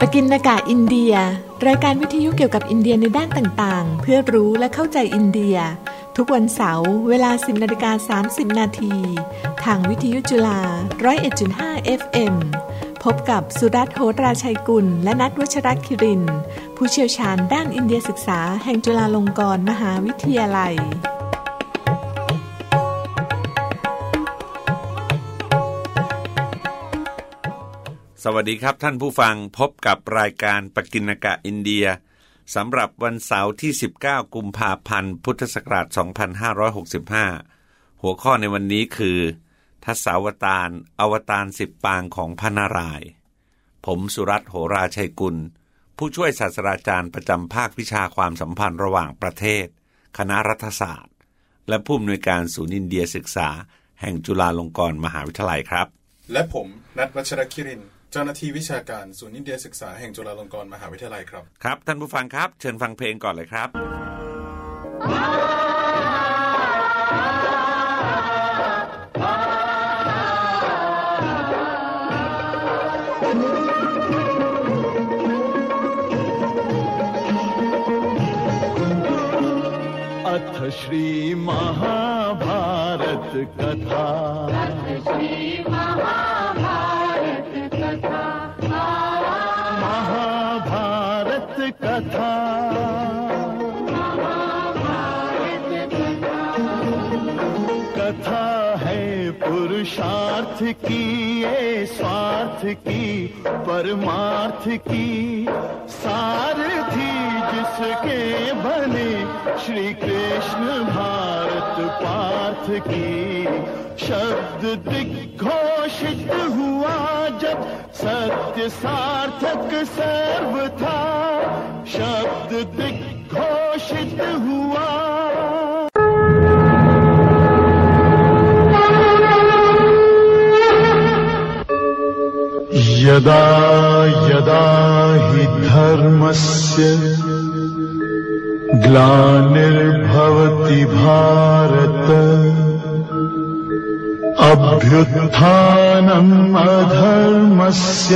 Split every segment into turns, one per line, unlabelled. ปกินนากาอินเดีย รายการวิทยุเกี่ยวกับอินเดียในด้านต่างๆ เพื่อรู้และเข้าใจอินเดีย ทุกวันเสาร์เวลา 10นาฬิกา30 นาที ทางวิทยุจุฬา 101.5 FM พบกับสุรัตน์โหตราชัยกุล และนัทวัชรคิริน ผู้เชี่ยวชาญด้านอินเดียศึกษาแห่งจุฬาลงกรณ์มหาวิทยาลัย
สวัสดีครับท่านผู้ฟังพบกับรายการปกินกะอินเดียสำหรับวันเสาร์ที่ 19 กุมภาพันธ์ พุทธศักราช 2565 หัวข้อในวันนี้คือ ทัศาวตารอวตารสิบปางของพระนารายณ์ผมสุรัตน์โหราชัยกุล ผู้ช่วยศาสตราจารย์ประจำภาควิชาความสัมพันธ์ระหว่างประเทศ คณะรัฐศาสตร์ และผู้อำนวยการศูนย์อินเดียศึกษา แห่งจุฬาลงกรณ์มหาวิทยาลัยครับ
และผมนัทวัชรคิรินทร์เจ้าหน้าที่วิชาการศูนย์อินเดียศึกษาแห่งจุฬาลงกรณ์มหาวิทยาลัยครับ
ครับท่านผู้ฟังครับ เชิญฟังเพลงก่อนเลยครับ
अथ श्री महाभारत कथा महाभारत कथा कथा है पुरुषार्थ की ये स्वार्थ की परमार्थ की सारथी जिसके बने श्री कृष्ण भारत पार्थ की शब्द दिग्घोषित हुआ जब सत्य सार्थक सर्व था शब्द दिग्घोषित हुआ यदा यदा हि धर्मस्य ग्लानिर्भवति भारत अभ्युत्थानम् अधर्मस्य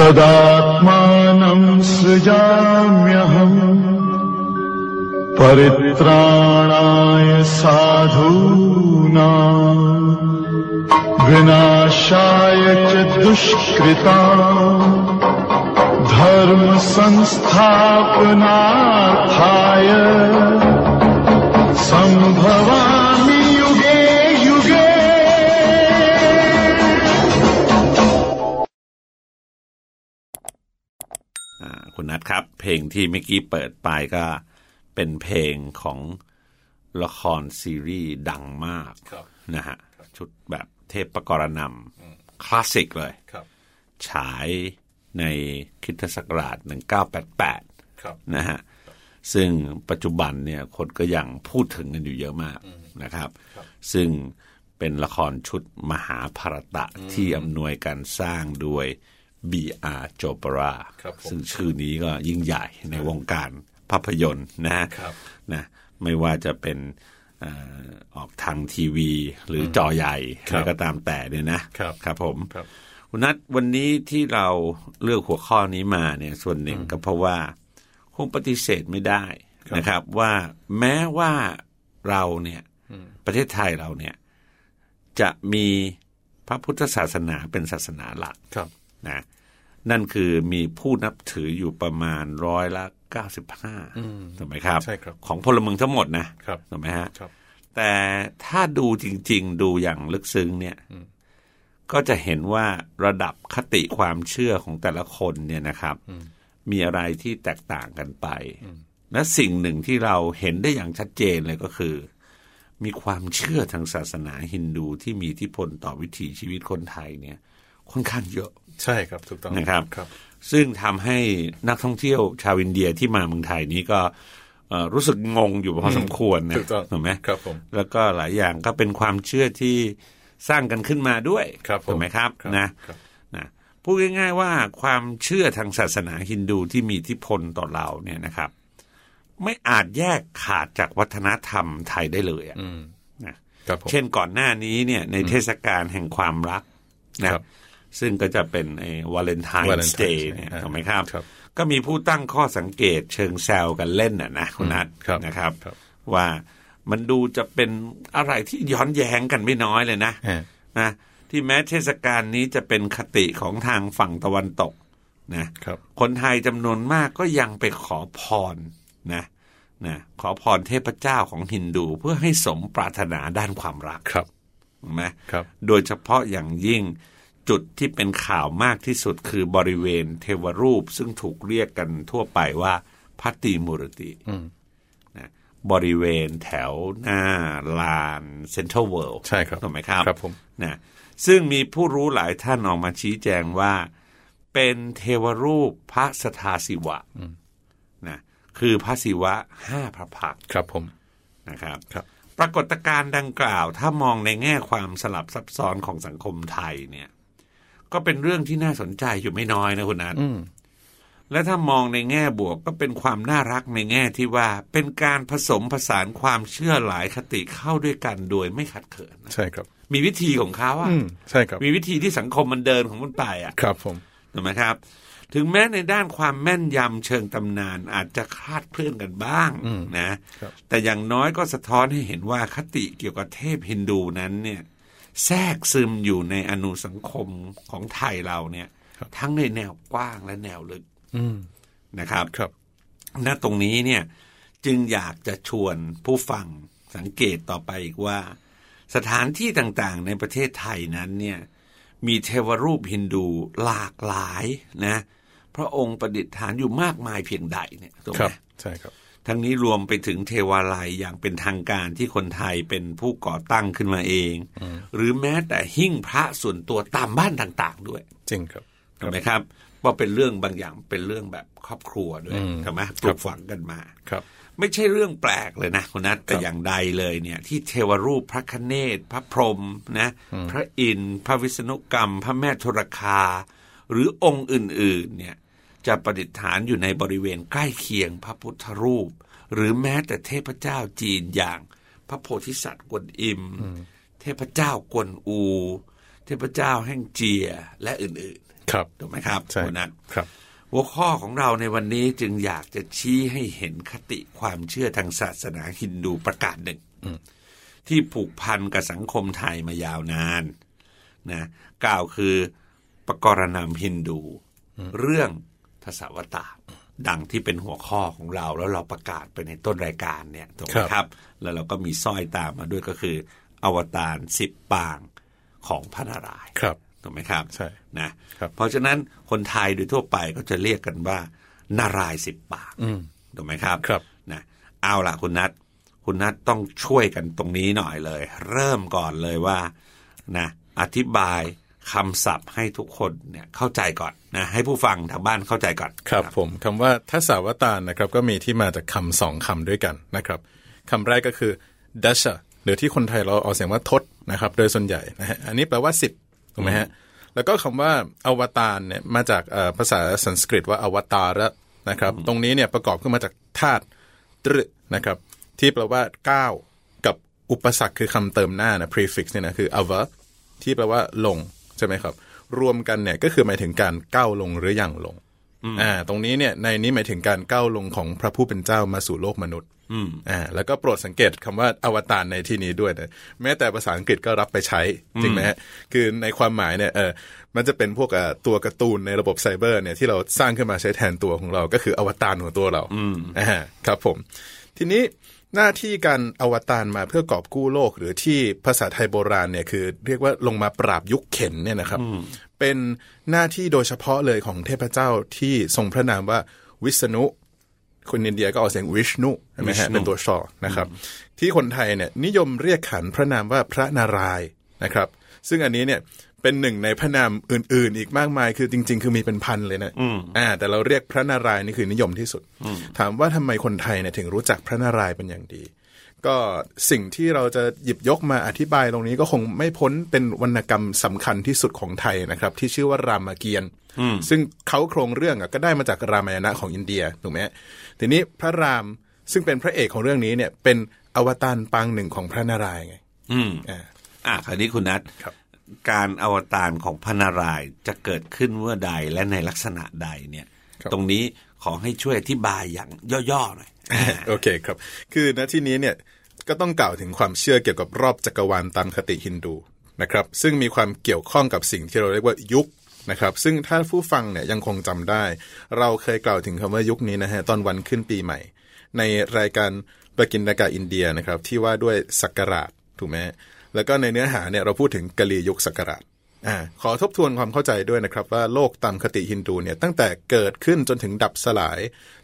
तदात्मानम् सृजाम्यहम् परित्राणाय साधूनाम् विनाशाय च दुष्कृता धर्मसंस्थापनार्थाय सम्भवामि युगे युगे
อ่าคุณนัทครับ เพลงที่เมื่อกี้เปิดไปก็เป็นเพลงของละครซีรีส์ดังมาก
ครับ
นะฮะชุดแบบเทพประกรณำคลาสสิกเลย
ครับ
ฉายในคริดศักราช 1988
ครับ
นะฮะซึ่งปัจจุบันเนี่ยคนก็ยังพูดถึงกันอยู่เยอะมากนะครับ ซึ่งเป็นละครชุดมหาภารตะที่อำนวยการสร้างโดย B.R. โจปรา
ครับผม
ซึ่งชื่อนี้ก็ยิ่งใหญ่ในวงการภาพยนตร์นะฮะ
ครับ
นะไม่ว่าจะเป็นเอ่อออกทางทีวีหรือจอใหญ่อะไรก็ตามแต่เนี่ยนะครับ ครับผม
ครับ
คุณนัทวันนี้ที่เราเลือกหัวข้อนี้มาเนี่ยส่วนหนึ่งก็เพราะว่าคงปฏิเสธไม่ได้นะครับ ว่าแม้ว่าเราเนี่ยประเทศไทยเราเนี่ย จะมีพระพุทธศาสนาเป็นศาสนาหลัก
ครับ
นะนั่นคือมีผู้นับถืออยู่ประมาณร้อยละเก้าสิบห้าถูกไหมครับ
ใช่ครับ
ของพลเมืองทั้งหมดนะครับ ถูกไหมฮะ
ครับ
แต่ถ้าดูจริง ๆ ดูอย่างลึกซึ้งเนี่ย ก็จะเห็นว่าระดับคติความเชื่อของแต่ละคนเนี่ยนะครับ มีอะไรที่แตกต่างกันไป และสิ่งหนึ่งที่เราเห็นได้อย่างชัดเจนเลยก็คือ มีความเชื่อทางศาสนาฮินดูที่มีอิทธิพลต่อวิถีชีวิตคนไทยเนี่ย ค่อนข้างเยอะ
ใช่ครับ ถูกต้อง
นะครับ
ครับ
ซึ่งทำให้นักท่องเที่ยวชาวอินเดียที่มาเมืองไทยนี้ก็เอ่อรู้สึกงงอยู่พอสมควรนะ
ถูกต้อง
ถูกไหม
ครับผม
แล้วก็หลายอย่างก็เป็นความเชื่อที่สร้างกันขึ้นมาด้วย
ครับผม
ถูกไหมครับ
ครับ
นะครับ นะพูดง่าย ๆ ว่าความเชื่อทางศาสนาฮินดูที่มีอิทธิพลต่อเราเนี่ยนะครับ ไม่อาจแยกขาดจากวัฒนธรรมไทยได้เลยอะนะ
ครับผม
เช่นก่อนหน้านี้เนี่ยในเทศกาลแห่งความรักนะครับ ซึ่งก็จะเป็นไอ้วาเลนไทน์ส
Valentine's
เตย์
ใช่
เนี่ย
อ่า
ถูกไหมครับ
ครับ
ก็มีผู้ตั้งข้อสังเกตเชิงแซวกันเล่นน่ะนะคุณนัท
ครับ
นะครับ
ครับ
ว่ามันดูจะเป็นอะไรที่ย้อนแย้งกันไม่น้อยเลยนะ
อ่า
นะที่แม้เทศกาลนี้จะเป็นคติของทางฝั่งตะวันตกนะครับ นไทยจำนวนมากก็ยังไปขอพรนะนะขอพรเทพเจ้าของฮินดูเพื่อให้สมปรารถนาด้านความรัก
ครับ
เห็นไหม
ครับ
โดยเฉพาะอย่างยิ่งจุดที่เป็นข่าวมากที่สุดคือบริเวณเทวรูปซึ่งถูกเรียกกันทั่วไปว่าพัตติมุรติ
อืม
นะบริเวณแถวหน้าลานเซ็นทรัลเวิลด์
ใช่ครับ
ถูกไหมครับ
ครับผม
นะซึ่งมีผู้รู้หลายท่านออกมาชี้แจงว่า เป็นเทวรูปพระสทาศิวะนะคือพระศิวะห้าพระพักตร์
ครับผม
นะครับ
ครับ
ปรากฏการณ์ดังกล่าวถ้ามองในแง่ความสลับซับซ้อนของสังคมไทยเนี่ย ก็เป็นเรื่องที่น่าสนใจอยู่ไม่น้อยนะคุณนัท
อืม
และถ้ามองในแง่บวกก็เป็นความน่ารักในแง่ที่ว่า เป็นการผสมผสานความเชื่อหลายคติเข้าด้วยกันโดยไม่ขัดเขินนะ
ใช่ครับ
มีวิธีของเขาอะ
อืม ใช่ครับ
มีวิธีที่สังคมมันเดินของมันไปอ่ะ
ครับผม
ถูกไหมครับ ถึงแม้ในด้านความแม่นยำเชิงตำนานอาจจะคลาดเคลื่อนกันบ้าง
อืม
นะ
ครับ
แต่อย่างน้อยก็สะท้อนให้เห็นว่าคติเกี่ยวกับเทพฮินดูนั้นเนี่ย แทรกซึมอยู่ในอนุสังคมของไทยเราเนี่ย ทั้งในแนวกว้างและแนวลึก
อืม
นะครับ
ครับ
ณตรงนี้เนี่ยจึงอยากจะชวนผู้ฟังสังเกตต่อไปอีกว่า สถานที่ต่างๆ ในประเทศไทยนั้นเนี่ยมีเทวรูปฮินดูหลากหลายนะพระองค์ประดิษฐานอยู่มากมายเพียงใดเนี่ยถูก
ค
ไห
รั
ม
บ ใช่ครับ
ทั้งนี้รวมไปถึงเทวาลัยอย่างเป็นทางการที่คนไทยเป็นผู้ก่อตั้งขึ้นมาเอง หรือแม้แต่หิ้งพระส่วนตัวตามบ้านต่างๆด้วย
จริงครับ
ถูกไหมครับว่าเป็นเรื่องบางอย่างเป็นเรื่องแบบครอบครัวด้วย
อืม
ถูกไหม
ครับ
ปลูกฝังกันมา
ครับ
ไม่ใช่เรื่องแปลกเลยนะคุณนัทแต่
ครับ
อย่างใดเลยเนี่ย ที่เทวรูปพระคเนศพระพรหมนะพระอินทร์พระวิษณุกรรม พระแม่ธรคา หรือองค์อื่น ๆ เนี่ย จะประดิษฐานอยู่ในบริเวณใกล้เคียงพระพุทธรูป หรือแม้แต่เทพเจ้าจีนอย่างพระโพธิสัตว์กวนอิม เทพเจ้ากวนอู เทพเจ้าแห่งเจียและอื่น
ครับ
ๆถูกไหมครับ
ใช่
คุณนัท
ครับ
หัวข้อของเราในวันนี้จึงอยากจะชี้ให้เห็นคติความเชื่อทางศาสนาฮินดูประการหนึ่ง ที่ผูกพันกับสังคมไทยมายาวนานนะกล่าวคือประกรณามฮินดู เรื่องทศวตารดังที่เป็นหัวข้อของเราแล้วเราประกาศไปในต้นรายการเนี่ยถูกไหม
ครับ
ครับ แล้วเราก็มีสร้อยตามมาด้วยก็คือ อวตารสิบปางของพระนารายณ์
ครับ
ถูกไหมครับ
ใช่
นะครับ เพราะฉะนั้นคนไทยโดยทั่วไปก็จะเรียกกันว่า นารายณ์สิบปากถูกไหมครับ
ครับ
นะเอาล่ะคุณนัทคุณนัทต้องช่วยกันตรงนี้หน่อยเลย เริ่มก่อนเลยว่านะอธิบายคำศัพท์ให้ทุกคนเนี่ยเข้าใจก่อนนะให้ผู้ฟังทางบ้านเข้าใจก่อน
ครับผมคำว่าทัศาวตารนะครับก็มีที่มาจากคำสองคำด้วยกันนะครับคำแรกก็คือ dasha หรือที่คนไทยเราออกเสียงว่าทศนะครับ โดยส่วนใหญ่นะฮะอันนี้แปลว่าสิบถูกไหมฮะแล้วก็คำว่าอวตารเนี่ยมาจากเอ่อภาษาสันสกฤตว่าอวตาระนะครับ ตรงนี้เนี่ยประกอบขึ้นมาจากธาตุตรึนะครับ ที่แปลว่าก้าวกับอุปสรรคคือคำเติมหน้านะ prefix เนี่ยนะคือ a v a ที่แปลว่าลงใช่ไหมครับ รวมกันเนี่ยก็คือหมายถึงการก้าวลงหรืออย่างลง อ่าตรงนี้เนี่ยในนี้หมายถึงการก้าวลงของพระผู้เป็นเจ้ามาสู่โลกมนุษย์อ่าแล้วก็โปรดสังเกตคำว่าอวตารในที่นี้ด้วยนะแม้แต่ภาษาอังกฤษก็รับไปใช้จริงไหมฮะคือในความหมายเนี่ยเออมันจะเป็นพวกเอ่อตัวการ์ตูนในระบบไซเบอร์เนี่ยที่เราสร้างขึ้นมาใช้แทนตัวของเราก็คืออวตารของตัวเราอ่าครับผม ทีนี้หน้าที่การอวตารมาเพื่อกอบกู้โลก หรือที่ภาษาไทยโบราณเนี่ยคือ เรียกว่าลงมาปราบยุคเข็นเนี่ยนะครับ เป็นหน้าที่โดยเฉพาะเลยของเทพเจ้าที่ทรงพระนามว่าวิษณุ คนอินเดียก็ออกเสียงวิชนุใช่ไหมฮะ
Vishnu
เป็นตัวชอนะครับ ที่คนไทยเนี่ยนิยมเรียกขันพระนามว่าพระนารายณ์นะครับ ซึ่งอันนี้เนี่ยเป็นหนึ่งในพระนามอื่น ๆ อีกมากมาย คือจริง ๆ คือมีเป็นพันเลยนะอ่า แต่เราเรียกพระนารายณ์นี่คือนิยมที่สุด ถามว่าทำไมคนไทยเนี่ยถึงรู้จักพระนารายณ์เป็นอย่างดี ก็สิ่งที่เราจะหยิบยกมาอธิบายตรงนี้ก็คงไม่พ้นเป็นวรรณกรรมสำคัญที่สุดของไทยนะครับ ที่ชื่อว่ารามเกียรติ์ซึ่งเขาโครงเรื่องอะก็ได้มาจากรามายณะของอินเดียถูกไหมฮะทีนี้พระรามซึ่งเป็นพระเอกของเรื่องนี้เนี่ยเป็นอวตารปางหนึ่งของพระนารายณ์ไง
อืม
อ่า
อ่ะคราวนี้คุณนัท
ครับ
การอวตารของพระนารายณ์จะเกิดขึ้นเมื่อใดและในลักษณะใดเนี่ย
ครับ
ตรงนี้ขอให้ช่วยอธิบายอย่างย่อๆหน่อย
โอเคครับ คือณที่นี้เนี่ยก็ต้องกล่าวถึงความเชื่อเกี่ยวกับรอบจักรวาลตามคติฮินดูนะครับ ซึ่งมีความเกี่ยวข้องกับสิ่งที่เราเรียกว่ายุคนะครับ ซึ่งถ้าผู้ฟังเนี่ยยังคงจำได้ เราเคยกล่าวถึงคำว่ายุคนี้นะฮะตอนวันขึ้นปีใหม่ ในรายการประกินนากาอินเดียนะครับที่ว่าด้วยสักราชถูกไหมฮะแล้วก็ในเนื้อหาเนี่ยเราพูดถึงกะลียุคสักราช อ่าขอทบทวนความเข้าใจด้วยนะครับว่าโลกตามคติฮินดูเนี่ยตั้งแต่เกิดขึ้นจนถึงดับสลาย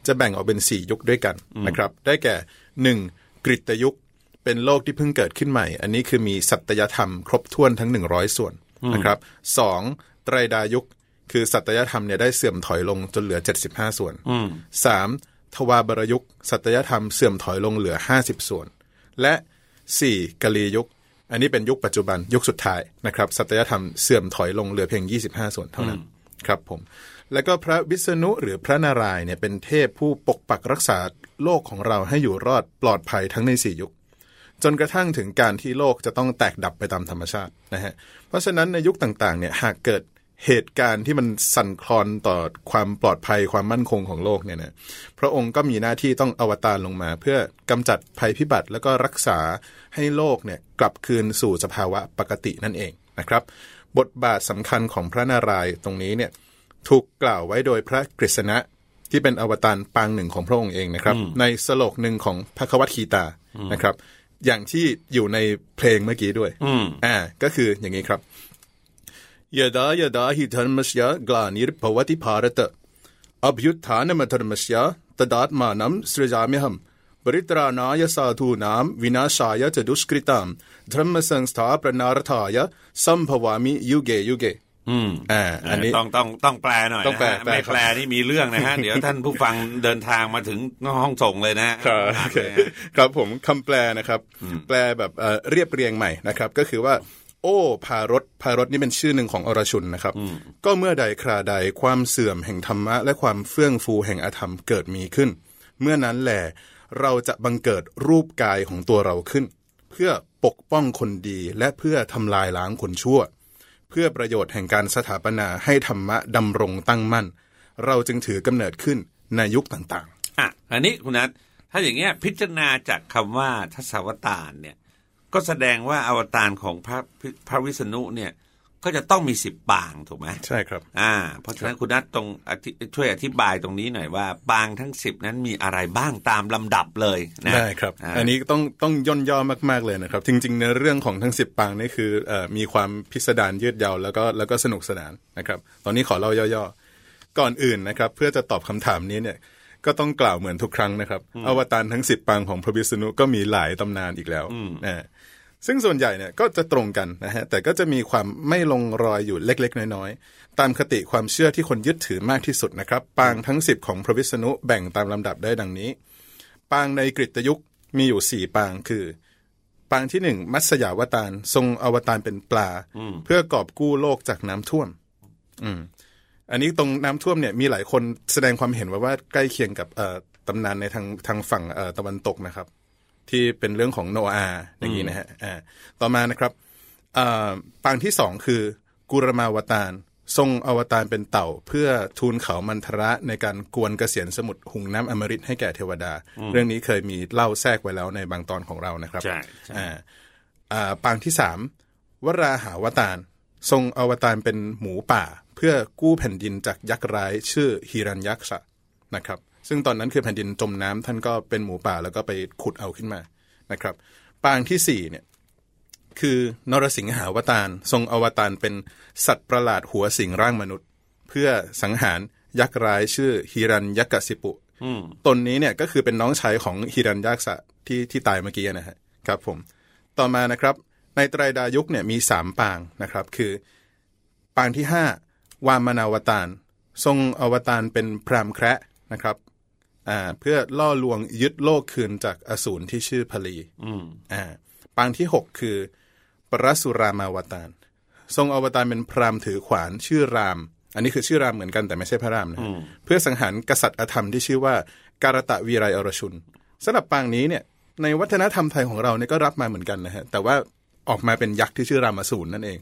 จะแบ่งออกเป็น 4 ยุคด้วยกันนะครับ ได้แก่ 1. กริตยุค เป็นโลกที่เพิ่งเกิดขึ้นใหม่ อันนี้คือมีสัตยธรรมครบถ้วนทั้ง 100 ส่วนนะครับ 2. ไตรดายุค คือสัตยธรรมเนี่ยได้เสื่อมถอยลงจนเหลือ 75 ส่วน 3. ทวาบรยุค สัตยธรรมเสื่อมถอยลงเหลือ 50 ส่วน และ 4. กะลียุค อันนี้เป็นยุคปัจจุบันยุคสุดท้ายนะครับสัตยธรรมเสื่อมถอยลงเหลือเพียง 25 ส่วนเท่านั้นครับผม แล้วก็พระวิษณุหรือพระนารายณ์เนี่ยเป็นเทพผู้ปกปักรักษาโลกของเราให้อยู่รอดปลอดภัยทั้งในสี่ยุค จนกระทั่งถึงการที่โลกจะต้องแตกดับไปตามธรรมชาตินะฮะ เพราะฉะนั้นในยุคต่างๆ เนี่ยหากเกิดเหตุการณ์ที่มันสั่นคลอนต่อความปลอดภัยความมั่นคงของโลกเนี่ยนะพระองค์ก็มีหน้าที่ต้องอวตารลงมา เพื่อกำจัดภัยพิบัติแล้วก็รักษาให้โลกเนี่ยกลับคืนสู่สภาวะปกตินั่นเองนะครับ บทบาทสำคัญของพระนารายณ์ตรงนี้เนี่ยถูกกล่าวไว้โดยพระกฤษณะ ที่เป็นอวตารปางหนึ่งของพระองค์เองนะครับ ในสโลกหนึ่งของพระควัตคีตานะครับ อย่างที่อยู่ในเพลงเมื่อกี้ด้วยอ่าก็คืออย่างนี้ครับยดายดาหิธรรมสยากลานิรภวติภารตะอภิยุทธานมธรรมสยาตดาตมานัมสรจามหัมบริตรานายสาธูนามวินาชายจะดุสกริตามธรรมสังสถาปนารถายสัมภวามิยุเกยุเกอืมอ่าอันนี้
ต้องต้องต้องแปลหน่อย
ต้องแปล
นะฮะ
แปล
ไม่
ครับ
แปลนี่มีเรื่องนะ ฮะ เดี๋ยวท่านผู้ฟังเดินทางมาถึงห้องส่งเลยนะฮะ
ครับโอเคครับผมคำแปลนะครับ แปลแบบเอ่อเรียบเรียงใหม่นะครับ ก็คือว่า โอ้พารถพารถนี่เป็นชื่อหนึ่งของอรชุนนะครับ ก็เมื่อใดคราใดความเสื่อมแห่งธรรมะ และความเฟื่องฟูแห่งอธรรมเกิดมีขึ้น เมื่อนั้นแหละเราจะบังเกิดรูปกายของตัวเราขึ้น เพื่อปกป้องคนดีและเพื่อทำลายล้างคนชั่ว เพื่อประโยชน์แห่งการสถาปนาให้ธรรมะดำรงตั้งมั่น เราจึงถือกำเนิดขึ้นในยุคต่าง
อ่ะอันนี้คุณนัทถ้าอย่างเงี้ยพิจารณาจากคำว่าทศวตารเนี่ย ก็แสดงว่าอวตารของพระพิพระวิษณุเนี่ย ก็จะต้องมีสิบปางถูกไหม
ๆ ใช่ครับ
อ่า เพราะฉะนั้นคุณนัทตรงอธิช่วยอธิบายตรงนี้หน่อยว่า ปางทั้งสิบนั้นมีอะไรบ้างตามลำดับเลยนะ
ได้ครับ
า
อันนี้ต้องต้องย่นย่อมากๆเลยนะครับ จริงๆในเรื่องของทั้ง 10 ปางนี่คือเออมีความพิสดารยืดยาวแล้วก็แล้วก็สนุกสนานนะครับ ตอนนี้ขอเล่าย่อๆ ก่อนอื่นนะครับ เพื่อจะตอบคำถามนี้เนี่ยก็ต้องกล่าวเหมือนทุกครั้งนะครับ อวตารทั้ง 10 ปางของพระวิษณุก็มีหลายตำนานอีกแล้วอ่าซึ่งส่วนใหญ่เนี่ยก็จะตรงกันนะฮะแต่ก็จะมีความไม่ลงรอยอยู่เล็ก ๆ น้อยๆ ตามคติความเชื่อที่คนยึดถือมากที่สุดนะครับปางทั้ง 10 ของพระวิษณุแบ่งตามลำดับได้ดังนี้ ปางในกริตยุคมีอยู่สี่ปางคือ ปางที่หนึ่งมัตสยาวตารทรงอวตารเป็นปลา เพื่อกอบกู้โลกจากน้ำท่วม อืม อันนี้ตรงน้ำท่วมเนี่ยมีหลายคนแสดงความเห็นไว้ว่าใกล้เคียงกับเอ่อตำนานในทางทางฝั่งเอ่อตะวันตกนะครับ ที่เป็นเรื่องของโนอาห์อย่างนี้นะฮะอ่าต่อมานะครับเอ่อปางที่สองคือ กุรมาวตารทรงอวตารเป็นเต่า เพื่อทูลเขามันทระในการกวนเกษียณสมุทรหุงน้ำอมฤตให้แก่เทวดา เรื่องนี้เคยมีเล่าแทรกไว้แล้วในบางตอนของเรานะครับ
ใช่ใช่
อ่าอ่าปางที่สามวราหาวตารทรงอวตารเป็นหมูป่า เพื่อกู้แผ่นดินจากยักษ์ร้าย ชื่อฮิรัญยักษ์นะครับ ซึ่งตอนนั้นคือแผ่นดินจมน้ำท่านก็เป็นหมูป่าแล้วก็ไปขุดเอาขึ้นมานะครับ ปางที่สี่เนี่ย คือนรสิงหาวตารทรงอวตารเป็นสัตว์ประหลาดหัวสิงร่างมนุษย์ เพื่อสังหารยักษ์ร้ายชื่อฮิรันยักษ์สิปุตนนี้เนี่ยก็คือเป็นน้องชายของฮิรันยักษ์ที่ที่ตายเมื่อกี้นะฮะครับผม ต่อมานะครับ ในไตรดายุคเนี่ยมีสามปางนะครับ คือ ปางที่ห้าวามนาวตารทรงอวตารเป็นพรามแคระนะครับอ่าเพื่อล่อลวงยึดโลกคืนจากอสูรที่ชื่อพลีอ่าปางที่หกคือ ปรสุรามาวตารทรงอวตารเป็นพราหมณ์ถือขวานชื่อราม อันนี้คือชื่อรามเหมือนกันแต่ไม่ใช่พระรามนะฮะเพื่อสังหารกษัตริย์อธรรมที่ชื่อว่าการตะวีไรอรชุนสำหรับปางนี้เนี่ยในวัฒนธรรมไทยของเราเนี่ยก็รับมาเหมือนกันนะฮะแต่ว่า ออกมาเป็นยักษ์ที่ชื่อรามาสูรนั่นเอง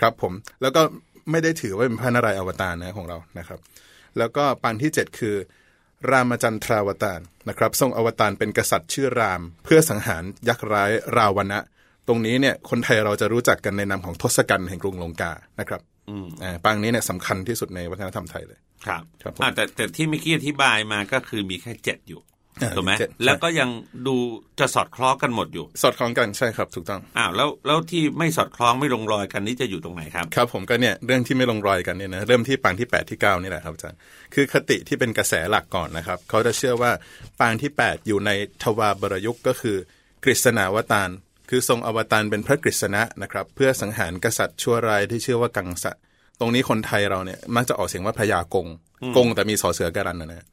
ครับผมแล้วก็ไม่ได้ถือว่าเป็นพระนารายณ์อวตารนะของเรานะครับ แล้วก็ปางที่ 7 คือ รามจันทราวตารนะครับ ทรงอวตารเป็นกษัตริย์ชื่อราม เพื่อสังหารยักษ์ร้ายราวณะ ตรงนี้เนี่ยคนไทยเราจะรู้จักกันในนามของทศกัณฐ์แห่งกรุงลงกานะครับอ่าปางนี้เนี่ยสำคัญที่สุดในวัฒนธรรมไทยเลย
ครับ
ครับผม
อ่ะแต่แต่ที่เมื่อกี้อธิบายมาก็คือมีแค่เจ็ดอยู่
เออ
ถูกไหม
เจ็ด
แล้วก็ยังดูจะสอดคล้องกันหมดอยู่
สอดคล้องกันใช่ครับถูกต้อง
อ้าวแล้วแล้วที่ไม่สอดคล้องไม่ลงรอยกันนี่จะอยู่ตรงไหนครับ
ครับผมก็เนี่ยเรื่องที่ไม่ลงรอยกันเนี่ยนะเริ่มที่ปางที่ 8 ที่ 9 นี่แหละครับอาจารย์คือคติที่เป็นกระแสหลักก่อนนะครับ เขาจะเชื่อว่าปางที่ 8 อยู่ในทวาบรยุกต์ก็คือกฤษณาวตารคือทรงอวตารเป็นพระกฤษณะนะครับเพื่อสังหารกษัตริย์ชั่วร้ายที่ชื่อว่ากังสะ ตรงนี้คนไทยเราเนี่ยมักจะออกเสียงว่าพญากง กงแต่มีสอเสือการันนะนะ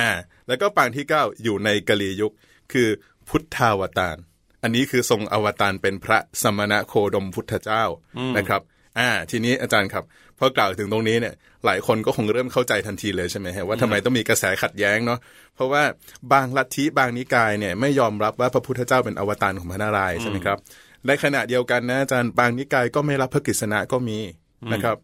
อ่าแล้วก็ปางที่ 9 อยู่ในกะลียุคคือพุทธาวตาร อันนี้คือทรงอวตารเป็นพระสมณะโคดมพุทธเจ้านะครับ อ่า ทีนี้อาจารย์ครับพอกล่าวถึงตรงนี้เนี่ย หลายคนก็คงเริ่มเข้าใจทันทีเลยใช่ไหมฮะว่าทำไมต้องมีกระแสขัดแย้งเนาะเพราะว่าบางลัทธิบางนิกายเนี่ยไม่ยอมรับว่าพระพุทธเจ้าเป็นอวตารของพระนารายณ์ใช่ไหมครับในขณะเดียวกันนะอาจารย์บางนิกายก็ไม่รับพระกฤษณะก็มีนะครับ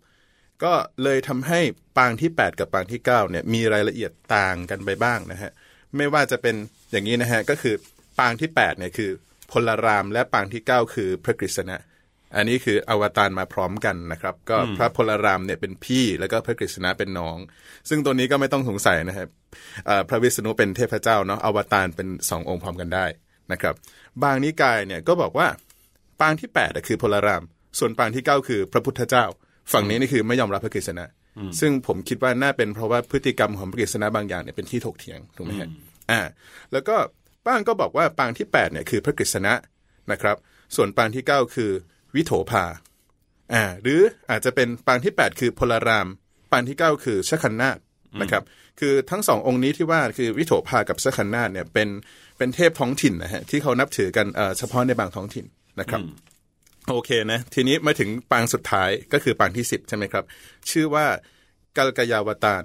ก็เลยทำให้ปางที่ 8 กับปางที่9เนี่ยมีรายละเอียดต่างกันไปบ้างนะฮะไม่ว่าจะเป็นอย่างนี้นะฮะก็คือปางที่8เนี่ยคือพลรามและปางที่ 9 คือพระกฤษณะ อันนี้คืออวตารมาพร้อมกันนะครับ ก็พระพลรามเนี่ยเป็นพี่แล้วก็พระกฤษณะเป็นน้อง ซึ่งตัวนี้ก็ไม่ต้องสงสัยนะครับเอ่อพระวิษณุเป็นเทพเจ้าเนาะอวตารเป็นสององค์พร้อมกันได้นะครับบางนิกายเนี่ยก็บอกว่า ปางที่8อะคือพลราม ส่วนปางที่ 9 คือพระพุทธเจ้า ฝั่งนี้นี่คือไม่ยอมรับพระกฤษณะ ซึ่งผมคิดว่าน่าเป็นเพราะว่าพฤติกรรมของพระกฤษณะบางอย่างเนี่ยเป็นที่ถกเถียงถูกไหมฮะอ่า แล้วก็บ้างก็บอกว่าปางที่8เนี่ยคือพระกฤษณะนะครับ ส่วนปางที่ 9 คือวิโถภา อ่าหรืออาจจะเป็นปางที่ 8 คือพลาราม ปางที่ 9 คือชะคันนาตนะครับคือทั้งสององค์นี้ที่ว่าคือวิโถภากับชะคันนาตเนี่ยเป็นเป็นเทพท้องถิ่นนะฮะที่เขานับถือกันเอ่อเฉพาะในบางท้องถิ่นนะครับโอเคนะทีนี้มาถึงปางสุดท้ายก็คือปางที่ 10 ใช่ไหมครับ ชื่อว่ากัลกยาวตาร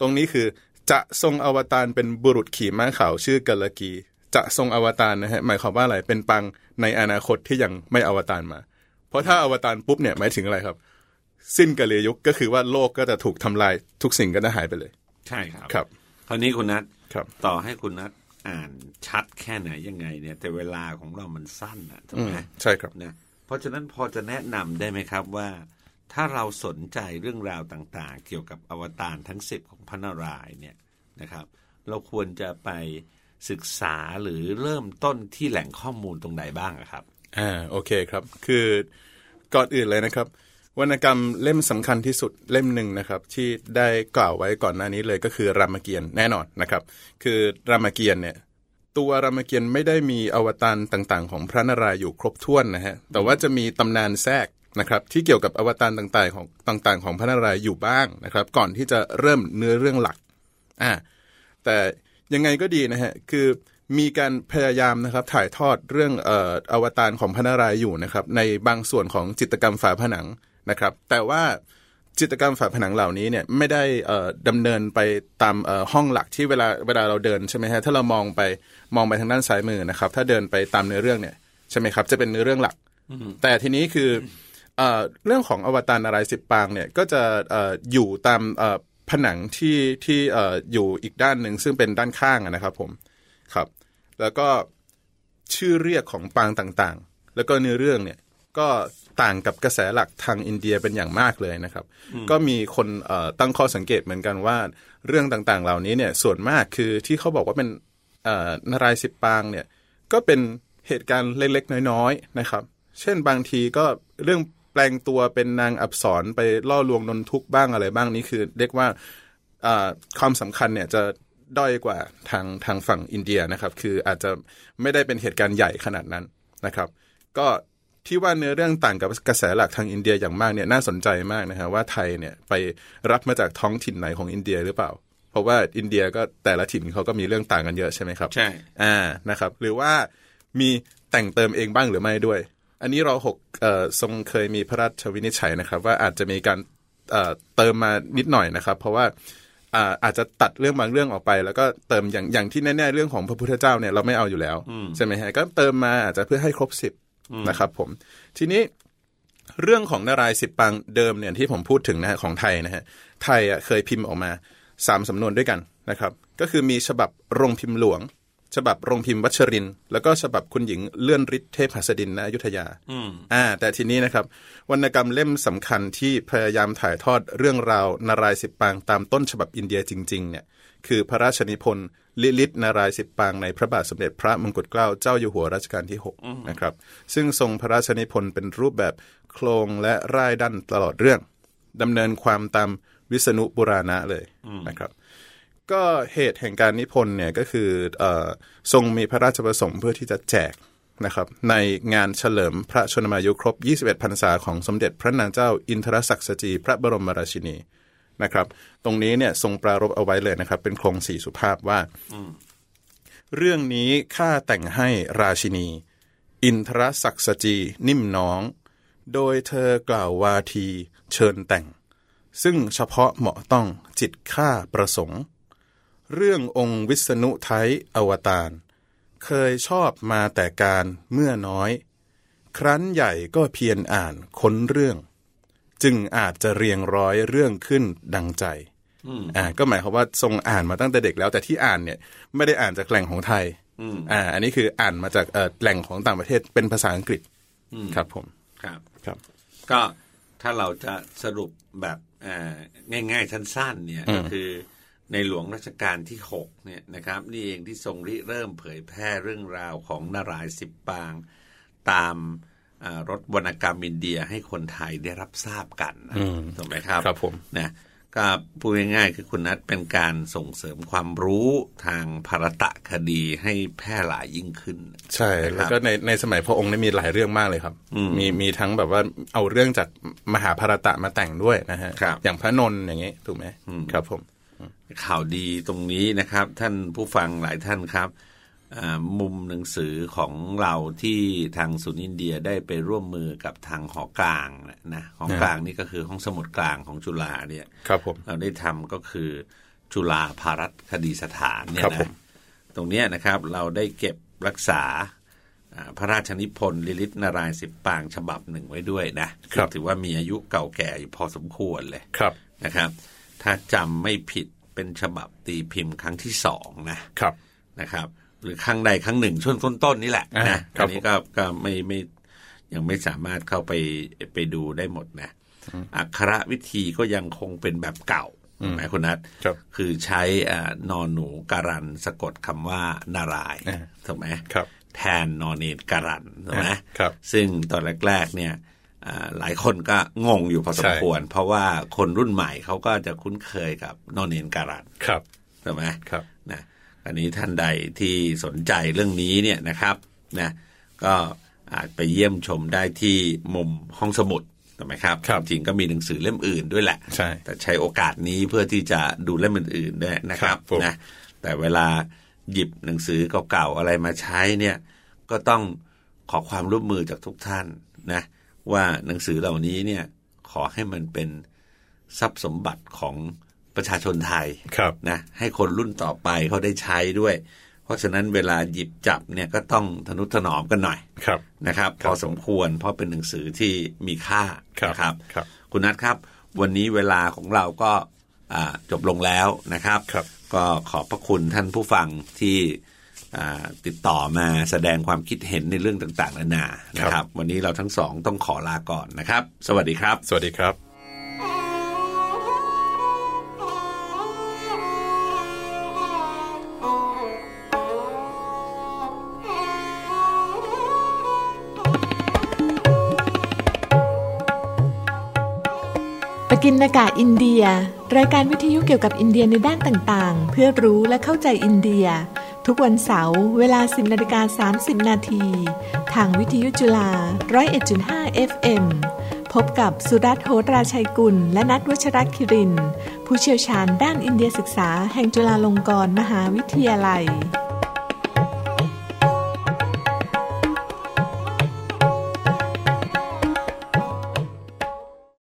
ตรงนี้คือจะทรงอวตารเป็นบุรุษขี่ม้าขาวชื่อกัลกี จะทรงอวตารนะฮะหมายความว่าอะไรเป็นปางในอนาคตที่ยังไม่อวตารมา เพราะถ้าอวตารปุ๊บเนี่ยหมายถึงอะไรครับ สิ้นกาเลยยุคก็คือว่าโลกก็จะถูกทำลายทุกสิ่งก็จะหายไปเลย
ใช่ครับ
ครับ
คราวนี้คุณนัท
ครับ
ต่อให้คุณนัทอ่านชัดแค่ไหนยังไงเนี่ย แต่เวลาของเรามันสั้นนะถูกไหม
ใช่ครับ
นะเพราะฉะนั้นพอจะแนะนำได้ไหมครับว่า ถ้าเราสนใจเรื่องราวต่างๆ เกี่ยวกับอวตารทั้งสิบของพระนารายณ์เนี่ยนะครับ เราควรจะไปศึกษาหรือเริ่มต้นที่แหล่งข้อมูลตรงไหนบ้างอะครับ
อ่าโอเคครับ คือก่อนอื่นเลยนะครับ วรรณกรรมเล่มสำคัญที่สุดเล่มหนึ่งนะครับ ที่ได้กล่าวไว้ก่อนหน้านี้เลยก็คือรามเกียรติ์แน่นอนนะครับ คือรามเกียรติ์เนี่ย ตัวรามเกียรติ์ไม่ได้มีอวตารต่างๆ ของพระนารายณ์อยู่ครบถ้วนนะฮะแต่ว่าจะมีตำนานแทรกนะครับ ที่เกี่ยวกับอวตารต่างๆของต่าง ๆ ของพระนารายณ์อยู่บ้างนะครับ ก่อนที่จะเริ่มเนื้อเรื่องหลักอ่า แต่ยังไงก็ดีนะฮะ คือมีการพยายามนะครับถ่ายทอดเรื่องเอ่ออวตารของพระนารายณ์อยู่นะครับ ในบางส่วนของจิตรกรรมฝาผนังนะครับ แต่ว่าจิตรกรรมฝาผนังเหล่านี้เนี่ยไม่ได้เอ่อดำเนินไปตามเอ่อห้องหลักที่เวลาเวลาเราเดินใช่ไหมฮะถ้าเรามองไปมองไปทางด้านซ้ายมือนะครับ ถ้าเดินไปตามเนื้อเรื่องเนี่ยใช่ไหมครับ จะเป็นเนื้อเรื่องหลัก แต่ทีนี้คือเอ่อเรื่องของอวตารนารายณ์สิบปางเนี่ยก็จะเอ่ออยู่ตามเอ่อผนังที่ที่เอ่ออยู่อีกด้านหนึ่งซึ่งเป็นด้านข้างอะนะครับผมครับ แล้วก็ชื่อเรียกของปางต่างๆ แล้วก็เนื้อเรื่องเนี่ยก็ต่างกับกระแสหลักทางอินเดียเป็นอย่างมากเลยนะครับ ก็มีคนเอ่อตั้งข้อสังเกตเหมือนกันว่าเรื่องต่างๆ เหล่านี้เนี่ยส่วนมากคือที่เขาบอกว่าเป็นเอ่อนารายณ์สิบปางเนี่ย ก็เป็นเหตุการณ์เล็กๆ น้อยๆ นะครับ เช่นบางทีก็เรื่องแปลงตัวเป็นนางอับสรไปล่อลวงนนทุกข์บ้างอะไรบ้างนี่คือเรียกว่าอ่าความสำคัญเนี่ยจะด้อยกว่าทางทางฝั่งอินเดียนะครับ คืออาจจะไม่ได้เป็นเหตุการณ์ใหญ่ขนาดนั้นนะครับ ก็ที่ว่าเนื้อเรื่องต่างกับกระแสหลักทางอินเดียอย่างมากเนี่ยน่าสนใจมากนะฮะว่าไทยเนี่ยไปรับมาจากท้องถิ่นไหนของอินเดียหรือเปล่า เพราะว่าอินเดียก็แต่ละถิ่นเขาก็มีเรื่องต่างกันเยอะใช่ไหมครับ
ใช่
อ่า นะครับ หรือว่ามีแต่งเติมเองบ้างหรือไม่ด้วย อันนี้รอหกเอ่อทรงเคยมีพระราชวินิจฉัยนะครับ ว่าอาจจะมีการเอ่อเติมมานิดหน่อยนะครับ เพราะว่าอ่าอาจจะตัดเรื่องบางเรื่องออกไป แล้วก็เติมอย่างอย่างที่แน่ๆเรื่องของพระพุทธเจ้าเนี่ยเราไม่เอาอยู่แล้วใช่ไหมฮะก็เติมมาอาจจะเพื่อให้ครบสิบ นะครับผม ทีนี้เรื่องของนารายณ์สิบปางเดิมเนี่ยที่ผมพูดถึงนะฮะของไทยนะฮะไทยอ่ะเคยพิมพ์ออกมาสามสำนวนด้วยกันนะครับ ก็คือมีฉบับโรงพิมพ์หลวง ฉบับโรงพิมพ์วัชรินทร์แล้วก็ฉบับคุณหญิงเลื่อนฤทธิ์เทพหัสดินณอยุธยาอ่า แต่ทีนี้นะครับ วรรณกรรมเล่มสำคัญที่พยายามถ่ายทอดเรื่องราวนารายณ์สิบปางตามต้นฉบับอินเดียจริง ๆ เนี่ย คือพระราชนิพนธ์ลิลิตนารายณ์สิบปางในพระบาทสมเด็จพระมงกุฎเกล้าเจ้าอยู่หัวรัชกาลที่ 6 นะครับ ซึ่งทรงพระราชนิพนธ์เป็นรูปแบบโครงและร่ายดันตลอดเรื่องดำเนินความตามวิษณุบุราณะเลยนะครับ ก็เหตุแห่งการนิพนธ์เนี่ยก็คือเออทรงมีพระราชประสงค์เพื่อที่จะแจกนะครับในงานเฉลิมพระชนมายุครบ 21 พรรษาของสมเด็จพระนางเจ้าอินทรศักดิ์สจีพระบรมราชินีนะครับ ตรงนี้เนี่ยทรงปรารบเอาไว้เลยนะครับ เป็นโครงสี่สุภาพว่า เรื่องนี้ข้าแต่งให้ราชินี อินทรศักดิ์สจีนิ่มน้อง โดยเธอกล่าววาทีเชิญแต่ง ซึ่งเฉพาะเหมาะต้องจิตข้าประสงค์ เรื่ององค์วิษณุไทยอวตาร เคยชอบมาแต่การเมื่อน้อย ครั้นใหญ่ก็เพียรอ่านค้นเรื่อง จึงอาจจะเรียงร้อยเรื่องขึ้นดังใจอ่าก็หมายความว่าทรงอ่านมาตั้งแต่เด็กแล้วแต่ที่อ่านเนี่ยไม่ได้อ่านจากแหล่งของไทยอ่า อันนี้คืออ่านมาจากเอ่อแหล่งของต่างประเทศเป็นภาษาอังกฤษครับผม
ครับ
ครับ
ก็ถ้าเราจะสรุปแบบเอ่อง่ายๆสั้นๆเนี่ยก็คือในหลวงรัชกาลที่ 6 เนี่ยนะครับ นี่เองที่ทรงริเริ่มเผยแพร่เรื่องราวของนารายณ์สิบปาง ตามเอ่อรถวรรณกรรมอินเดียให้คนไทยได้รับทราบกันนะถูกไหมครับ
ครับผม
นะก็พูดง่ายๆคือคุณนัทเป็นการส่งเสริมความรู้ทางภารตะคดีให้แพร่หลายยิ่งขึ้น
ใช่
นะครับ
แล้วก็ในในสมัยพระองค์เนี่ยมีหลายเรื่องมากเลยครับ มีมีทั้งแบบว่าเอาเรื่องจากมหาภารตะมาแต่งด้วยนะฮะ
ครับ
อย่างพระนนท์อย่างงี้ถูกไหมครับผม
ข่าวดีตรงนี้นะครับ ท่านผู้ฟังหลายท่านครับอ่ามุมหนังสือของเราที่ทางศูนย์อินเดียได้ไปร่วมมือกับทางหอกลางนะหอกลางนี่ก็คือห้องสมุดกลางของจุฬาเนี่ย
ครับผม
เราได้ทำก็คือจุฬาภารัตคดีสถานเนี่ย
ครับผ
นะ
ม
ตรงเนี้ยนะครับเราได้เก็บรักษาอ่าพระราชนิพนธ์ลิลิตนารายณ์สิบปางฉบับหนึ่งไว้ด้วยนะซึ่งถือว่ามีอายุเก่าแก่อยู่พอสมควรเลย
ครับ
นะครับ ถ้าจำไม่ผิดเป็นฉบับตีพิมพ์ครั้งที่สองนะครับ นะครับ หรือครั้งใดครั้งหนึ่งช่วงต้นๆนี่แหละ
อ่า
นะครับ อันนี้ก็ก็ไม่ไม่ยังไม่สามารถเข้าไปไปดูได้หมดนะอักขระวิธีก็ยังคงเป็นแบบเก่าไหมคุณนัท
ครับ
คือใช้อ่านอนหนูการันสะกดคำว่านารายณ์
อ่า
ถูกไหม
ครับ
แทนนอนเนนการันถูกไหม
อ่าครับ
ซึ่งตอนแรกๆเนี่ยอ่าหลายคนก็งงอยู่พอสมคว
ใช่
ร ส่วนเพราะว่าคนรุ่นใหม่เขาก็จะคุ้นเคยกับนอนเนนการัน
ครับ
ใช่ไหม
ครับ
นะอันนี้ท่านใดที่สนใจเรื่องนี้เนี่ยนะครับนะก็อาจไปเยี่ยมชมได้ที่มุมห้องสมุดใช่ไหมครับ
ครับ
จริงก็มีหนังสือเล่มอื่นด้วยแหละ
ใช่
แต่ใช้โอกาสนี้เพื่อที่จะดูเล่มอื่นๆด้วยนะครับ
ครับผม
นะแต่เวลาหยิบหนังสือเก่าๆอะไรมาใช้เนี่ยก็ต้องขอความร่วมมือจากทุกท่านนะว่าหนังสือเหล่านี้เนี่ยขอให้มันเป็น ทรัพย์สมบัติของประชาชนไทย
ครับ
นะให้คนรุ่นต่อไปเขาได้ใช้ด้วย เพราะฉะนั้นเวลาหยิบจับเนี่ยก็ต้องทนุถนอมกันหน่อย
ครับ
นะครับ พอสมควรเพราะเป็นหนังสือที่มีค่า
ครับ
นะครับ
ครับ
คุณนัทครับ วันนี้เวลาของเราก็อ่าจบลงแล้วนะครับ
ครับ
ก็ขอบพระคุณท่านผู้ฟังที่อ่าติดต่อมาแสดงความคิดเห็นในเรื่องต่างๆนานานะครับ วันนี้เราทั้งสองต้องขอลาก่อนนะครับ สวัสดีครับ
สวัสดีครับ
ปกินอากาศอินเดีย รายการวิทยุเกี่ยวกับอินเดียในด้านต่างๆ เพื่อรู้และเข้าใจอินเดีย ทุกวันเสาร์เวลา 10นาฬิกา30 นาทีทางวิทยุจุฬา 101.5 FM พบกับสุรัตน์โหตราชัยกุล และนัทวัชรคิริน ผู้เชี่ยวชาญด้านอินเดียศึกษาแห่งจุฬาลงกรณ์มหาวิทยาลัย